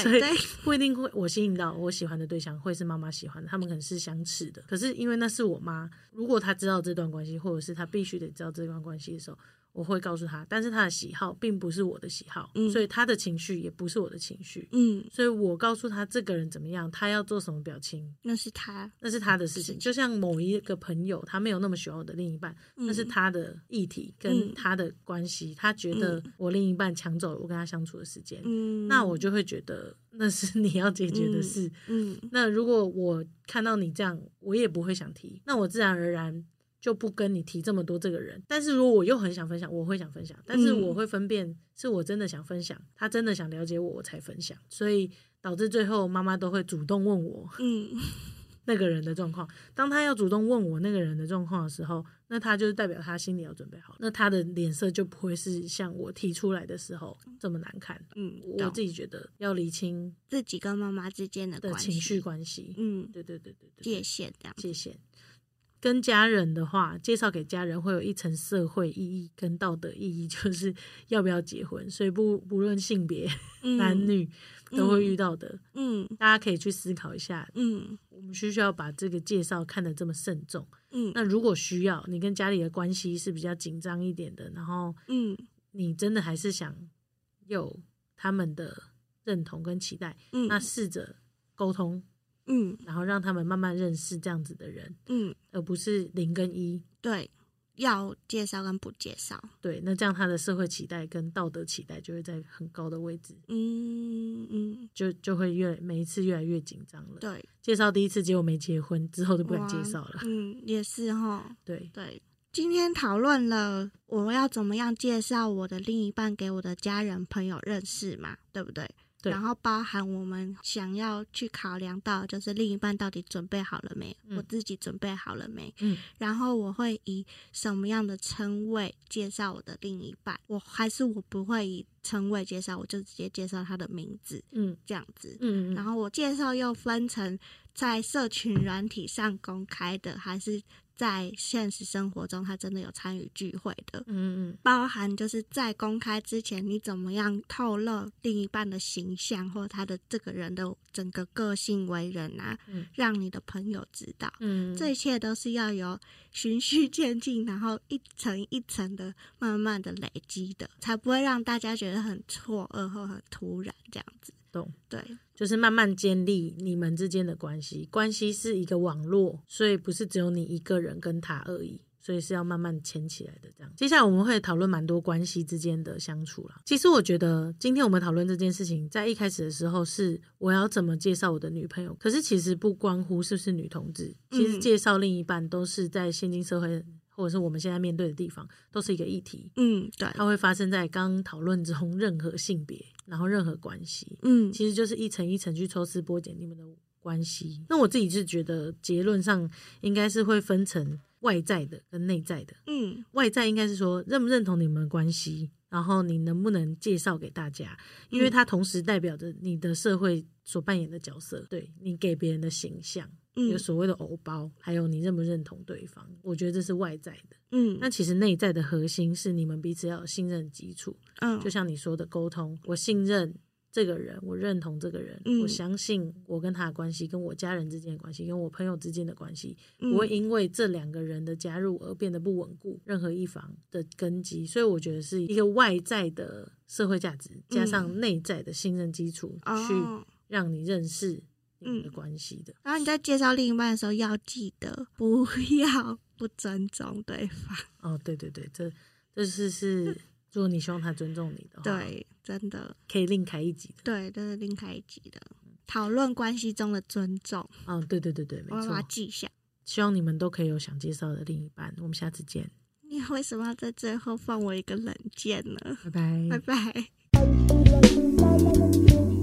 Speaker 2: 所
Speaker 3: 对
Speaker 2: 以
Speaker 3: 对，
Speaker 2: 不一定会我吸引到我喜欢的对象，会是妈妈喜欢的，他们可能是相似的。可是因为那是我妈，如果她知道这段关系，或者是她必须得知道这段关系的时候，我会告诉他，但是他的喜好并不是我的喜好，
Speaker 3: 嗯
Speaker 2: 所以他的情绪也不是我的情绪，
Speaker 3: 嗯，
Speaker 2: 所以我告诉他这个人怎么样，他要做什么表情，
Speaker 3: 那是他，
Speaker 2: 那是他的事情。就像某一个朋友，他没有那么喜欢我的另一半，
Speaker 3: 嗯
Speaker 2: 那是他的议题跟
Speaker 3: 嗯
Speaker 2: 他的关系，他觉得我另一半抢走了我跟他相处的时间，
Speaker 3: 嗯，
Speaker 2: 那我就会觉得那是 [laughs] 你要解决的事。
Speaker 3: 嗯
Speaker 2: 那如果我看到你这样，我也不会想提，那我自然而然就不跟你提这么多这个人。但是如果我又很想分享，我会想分享，但是
Speaker 3: 嗯
Speaker 2: 我会分辨是我真的想分享，他真的想了解我，我才分享。所以导致最后妈妈都会主动问我 [laughs]
Speaker 3: 嗯
Speaker 2: 那个人的状况。当他要主动问我那个人的状况的时候，那他就是代表他心里要准备好，那他的脸色就不会是像我提出来的时候这么难看。
Speaker 3: 嗯，
Speaker 2: 我
Speaker 3: 懂
Speaker 2: 自己觉得要理清
Speaker 3: 自己跟妈妈之间的
Speaker 2: 的
Speaker 3: 关
Speaker 2: 情绪
Speaker 3: 系，
Speaker 2: 关系，
Speaker 3: 嗯，
Speaker 2: 对对对对对，
Speaker 3: 界限这样，
Speaker 2: 界限。跟家人的话，介绍给家人会有一层社会意义跟道德意义， [laughs] 就是要不要结婚，所以不不论性别、
Speaker 3: 嗯
Speaker 2: 男，女都会遇到的。
Speaker 3: 嗯
Speaker 2: 大家可以去思考一下，
Speaker 3: 嗯
Speaker 2: 我们需不需要把这个介绍看得这么慎重？
Speaker 3: 嗯
Speaker 2: 那如果需要，你跟家里的关系是比较紧张一点的，然后
Speaker 3: 嗯
Speaker 2: 你真的还是想有他们的认同跟期待，
Speaker 3: 嗯，
Speaker 2: 那试着沟通，
Speaker 3: 嗯
Speaker 2: 然后让他们慢慢认识这样子的人，
Speaker 3: 嗯，
Speaker 2: 而不是零跟一。
Speaker 3: 对，要介绍跟不介绍，
Speaker 2: 对，那这样他的社会期待跟道德期待就会在很高的位置，
Speaker 3: 嗯嗯，
Speaker 2: 就就会越每一次越来越紧张了。
Speaker 3: 对，
Speaker 2: 介绍第一次结果没结婚，之后就不敢
Speaker 3: 哇
Speaker 2: 介绍了。
Speaker 3: 嗯，也是哈，
Speaker 2: 对，
Speaker 3: 对。今天讨论了我要怎么样介绍我的另一半给我的家人朋友认识嘛，对不对？
Speaker 2: 对
Speaker 3: 然后包含我们想要去考量到，就是另一半到底准备好了没，
Speaker 2: 嗯
Speaker 3: 我自己准备好了没，
Speaker 2: 嗯，
Speaker 3: 然后我会以什么样的称谓介绍我的另一半？我还是我不会以称谓介绍，我就直接介绍他的名字
Speaker 2: 嗯
Speaker 3: 这样子。
Speaker 2: 嗯，嗯
Speaker 3: 然后我介绍又分成在社群软体上公开的，还是在现实生活中他真的有参与聚会的。
Speaker 2: 嗯嗯
Speaker 3: 包含就是在公开之前，你怎么样透露另一半的形象或他的这个人的整个个性为人啊，
Speaker 2: 嗯
Speaker 3: 让你的朋友知道。
Speaker 2: 嗯，
Speaker 3: 这一切都是要有循序渐进，然后一层一层的慢慢的累积的，才不会让大家觉得很错愕或很突然这样子。
Speaker 2: 懂。
Speaker 3: 对，
Speaker 2: 就是慢慢建立你们之间的关系，关系是一个网络，所以不是只有你一个人跟他而已，所以是要慢慢牵起来的。这样，接下来我们会讨论蛮多关系之间的相处啦。其实我觉得今天我们讨论这件事情，在一开始的时候是我要怎么介绍我的女朋友，可是其实不关乎是不是女同志，其实
Speaker 3: 嗯
Speaker 2: 介绍另一半都是在现今社会或者是我们现在面对的地方，都是一个议题。
Speaker 3: 嗯，对，
Speaker 2: 它会发生在刚讨论中 [laughs] 任何性别，然后任何关系。
Speaker 3: 嗯
Speaker 2: 其实就是一层一层去抽丝剥茧你们的关系。那我自己是觉得结论上应该是会分成外在的跟内在的。
Speaker 3: 嗯
Speaker 2: 外在应该是说认不认同你们的关系，然后你能不能介绍给大家，因为它同时代表着你的社会所扮演的角色，对你给别人的形象。有
Speaker 3: 嗯
Speaker 2: 所谓的“偶包”，还有你认不认同对方，我觉得这是外在的。
Speaker 3: 嗯，
Speaker 2: 那其实内在的核心是你们彼此要有信任基础，
Speaker 3: 嗯
Speaker 2: 就像你说的沟通，我信任这个人，我认同这个人，
Speaker 3: 嗯
Speaker 2: 我相信我跟他的关系，跟我家人之间的关系，跟我朋友之间的关系，
Speaker 3: 嗯
Speaker 2: 不会因为这两个人的加入而变得不稳固，任何一方的根基。所以我觉得是一个外在的社会价值，加上内在的信任基础，
Speaker 3: 嗯
Speaker 2: 去
Speaker 3: 哦
Speaker 2: 让你认识你们的
Speaker 3: 嗯
Speaker 2: 关系的。
Speaker 3: 然后你在介绍另一半的时候，要记得不要不尊重对方。
Speaker 2: 哦，对对对，这这是是，如果你希望他尊重你的话，，
Speaker 3: 嗯对，真的，
Speaker 2: 可以另开一集的。
Speaker 3: 对，这是另开一集的讨论关系中的尊重，
Speaker 2: 哦，对对对对，没
Speaker 3: 我要
Speaker 2: 错
Speaker 3: 把它。记下。 [laughs]
Speaker 2: 希望你们都可以有想介绍的另一半。我们下次见，
Speaker 3: 你为什么要在最
Speaker 2: 嗯
Speaker 3: 后放我一个冷箭呢？
Speaker 2: 拜拜
Speaker 3: 拜拜。